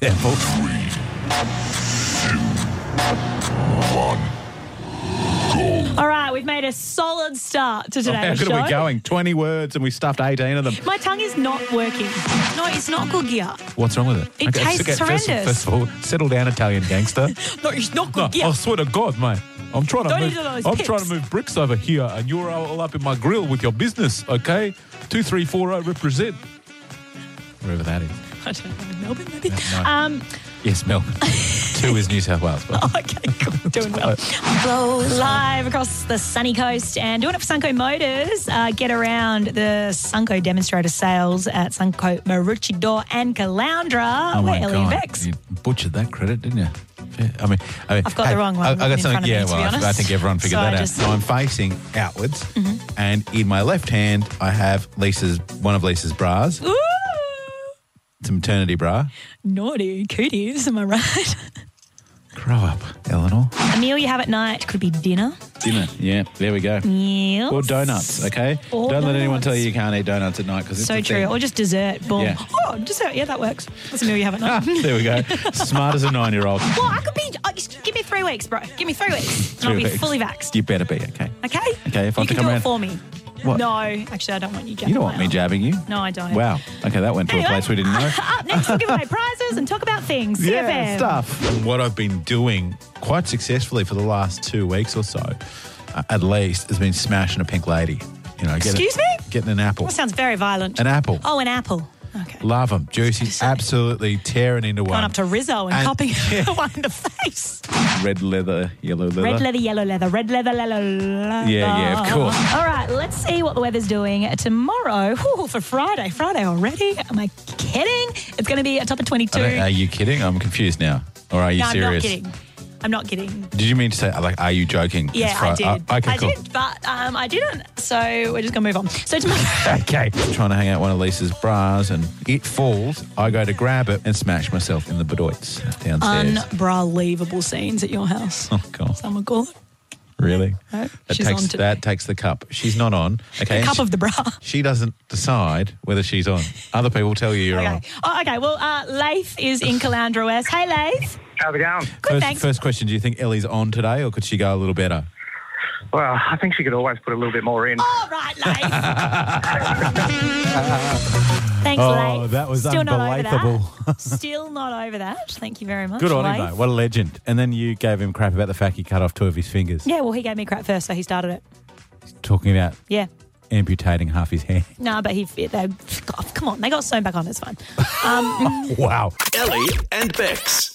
Apple. All right, we've made a solid start to How today's good show. are we going? 20 words and we stuffed 18 of them. My tongue is not working. No, it's not good gear. What's wrong with it? It tastes first- horrendous. First, of all, settle down, Italian gangster. No, it's not No, Oh. good gear. I swear to God, mate. I'm trying to Don't move. eat all I'm those trying to pips. move bricks over here, and you're all up in my grill with your business. Okay, two three four oh represent. Wherever that is. I don't know, Melbourne maybe. No. Um, Yes, Melbourne. two is New South Wales. But okay, cool. Doing well. Blow live across the sunny coast and doing it for Sunco Motors. Uh, get around the Sunco demonstrator sales at Sunco Maroochydore and Caloundra. We're Oh, Ellie and Vex. Oh You butchered that credit, didn't you? Yeah, I mean, I mean, I've got the wrong one I, I in got something. front of me, yeah, to be well, I- honest. I think everyone figured So I that out. just- Mm-hmm. So I'm facing outwards, and in my left hand, I have Lisa's one of Lisa's bras. Ooh, It's a maternity bra. naughty cooties, am I right? Grow up, Eleanor. A meal you have at night could be dinner. Dinner. Yeah, there we go. Meals. Or donuts, okay? Or Don't let anyone donuts. tell you you can't eat donuts at night because it's So a true. thing. Or just dessert. Boom. Yeah. Oh, dessert. Yeah, that works. That's a meal you have at Ah, night. there we go. Smart as a nine-year-old. Well, I could be. Uh, just give me three weeks, bro. Give me three weeks, and i I'll Three be weeks. fully vaxxed. You better be, okay? Okay. Okay, if I have to you can come do around- it for me. What? No, actually, I don't want you. Jabbing You don't want my me arm. jabbing you. No, I don't. Wow. Okay, that went to Anyway, a place we didn't know. Up next, we'll give away prizes and talk about things. CFM. stuff. What I've been doing quite successfully for the last two weeks or so, uh, at least, has been smashing a pink lady. You know, get a- Excuse me? Getting an apple. That sounds very violent. An apple. Oh, an apple. Okay. Love them. Juicy. Juicy. Absolutely tearing into one. Going up to Rizzo and, And- copying Yeah. the one in the face. Red leather, yellow leather. Red leather, yellow leather, red leather, yellow leather. Yeah, yeah, of course. All right, let's see what the weather's doing tomorrow. Whew, for Friday. Friday already? Am I kidding? It's going to be a top of 22. I don't- are you kidding? I'm confused now. Or are you no, serious? I'm not kidding. I'm not kidding. Did you mean to say like, are you joking? Yeah, It's I Fri- did. Oh, okay, I cool. did, but um, I didn't. So we're just going to move on. So tomorrow. Okay. Trying to hang out one of Lisa's bras and it falls. I go to grab it and smash myself in the bedoits downstairs. Unbelievable scenes at your house. oh, God. Someone call it Really? Nope, That she's takes on today. that takes the cup. She's not on. Okay. the and cup she, of the bra. she doesn't decide whether she's on. Other people tell you you're Okay. on. Oh, okay. Well, uh, Laith is in Caloundra West. Hey, Laith. How's it going? Good, first, thanks. first question: Do you think Ellie's on today, or could she go a little better? Well, I think she could always put a little bit more in. All right, Laith. Thanks, Oh, Laith. that was Still not over unbelievable. that. Still not over that. Thank you very much. Good on Laith. him, though. What a legend. And then you gave him crap about the fact he cut off two of his fingers. Yeah, well, he gave me crap first, so he started it. Talking about Yeah. amputating half his hand. No, but he. They, come on, they got sewn back on. It's fine. Wow. Ellie and Bex.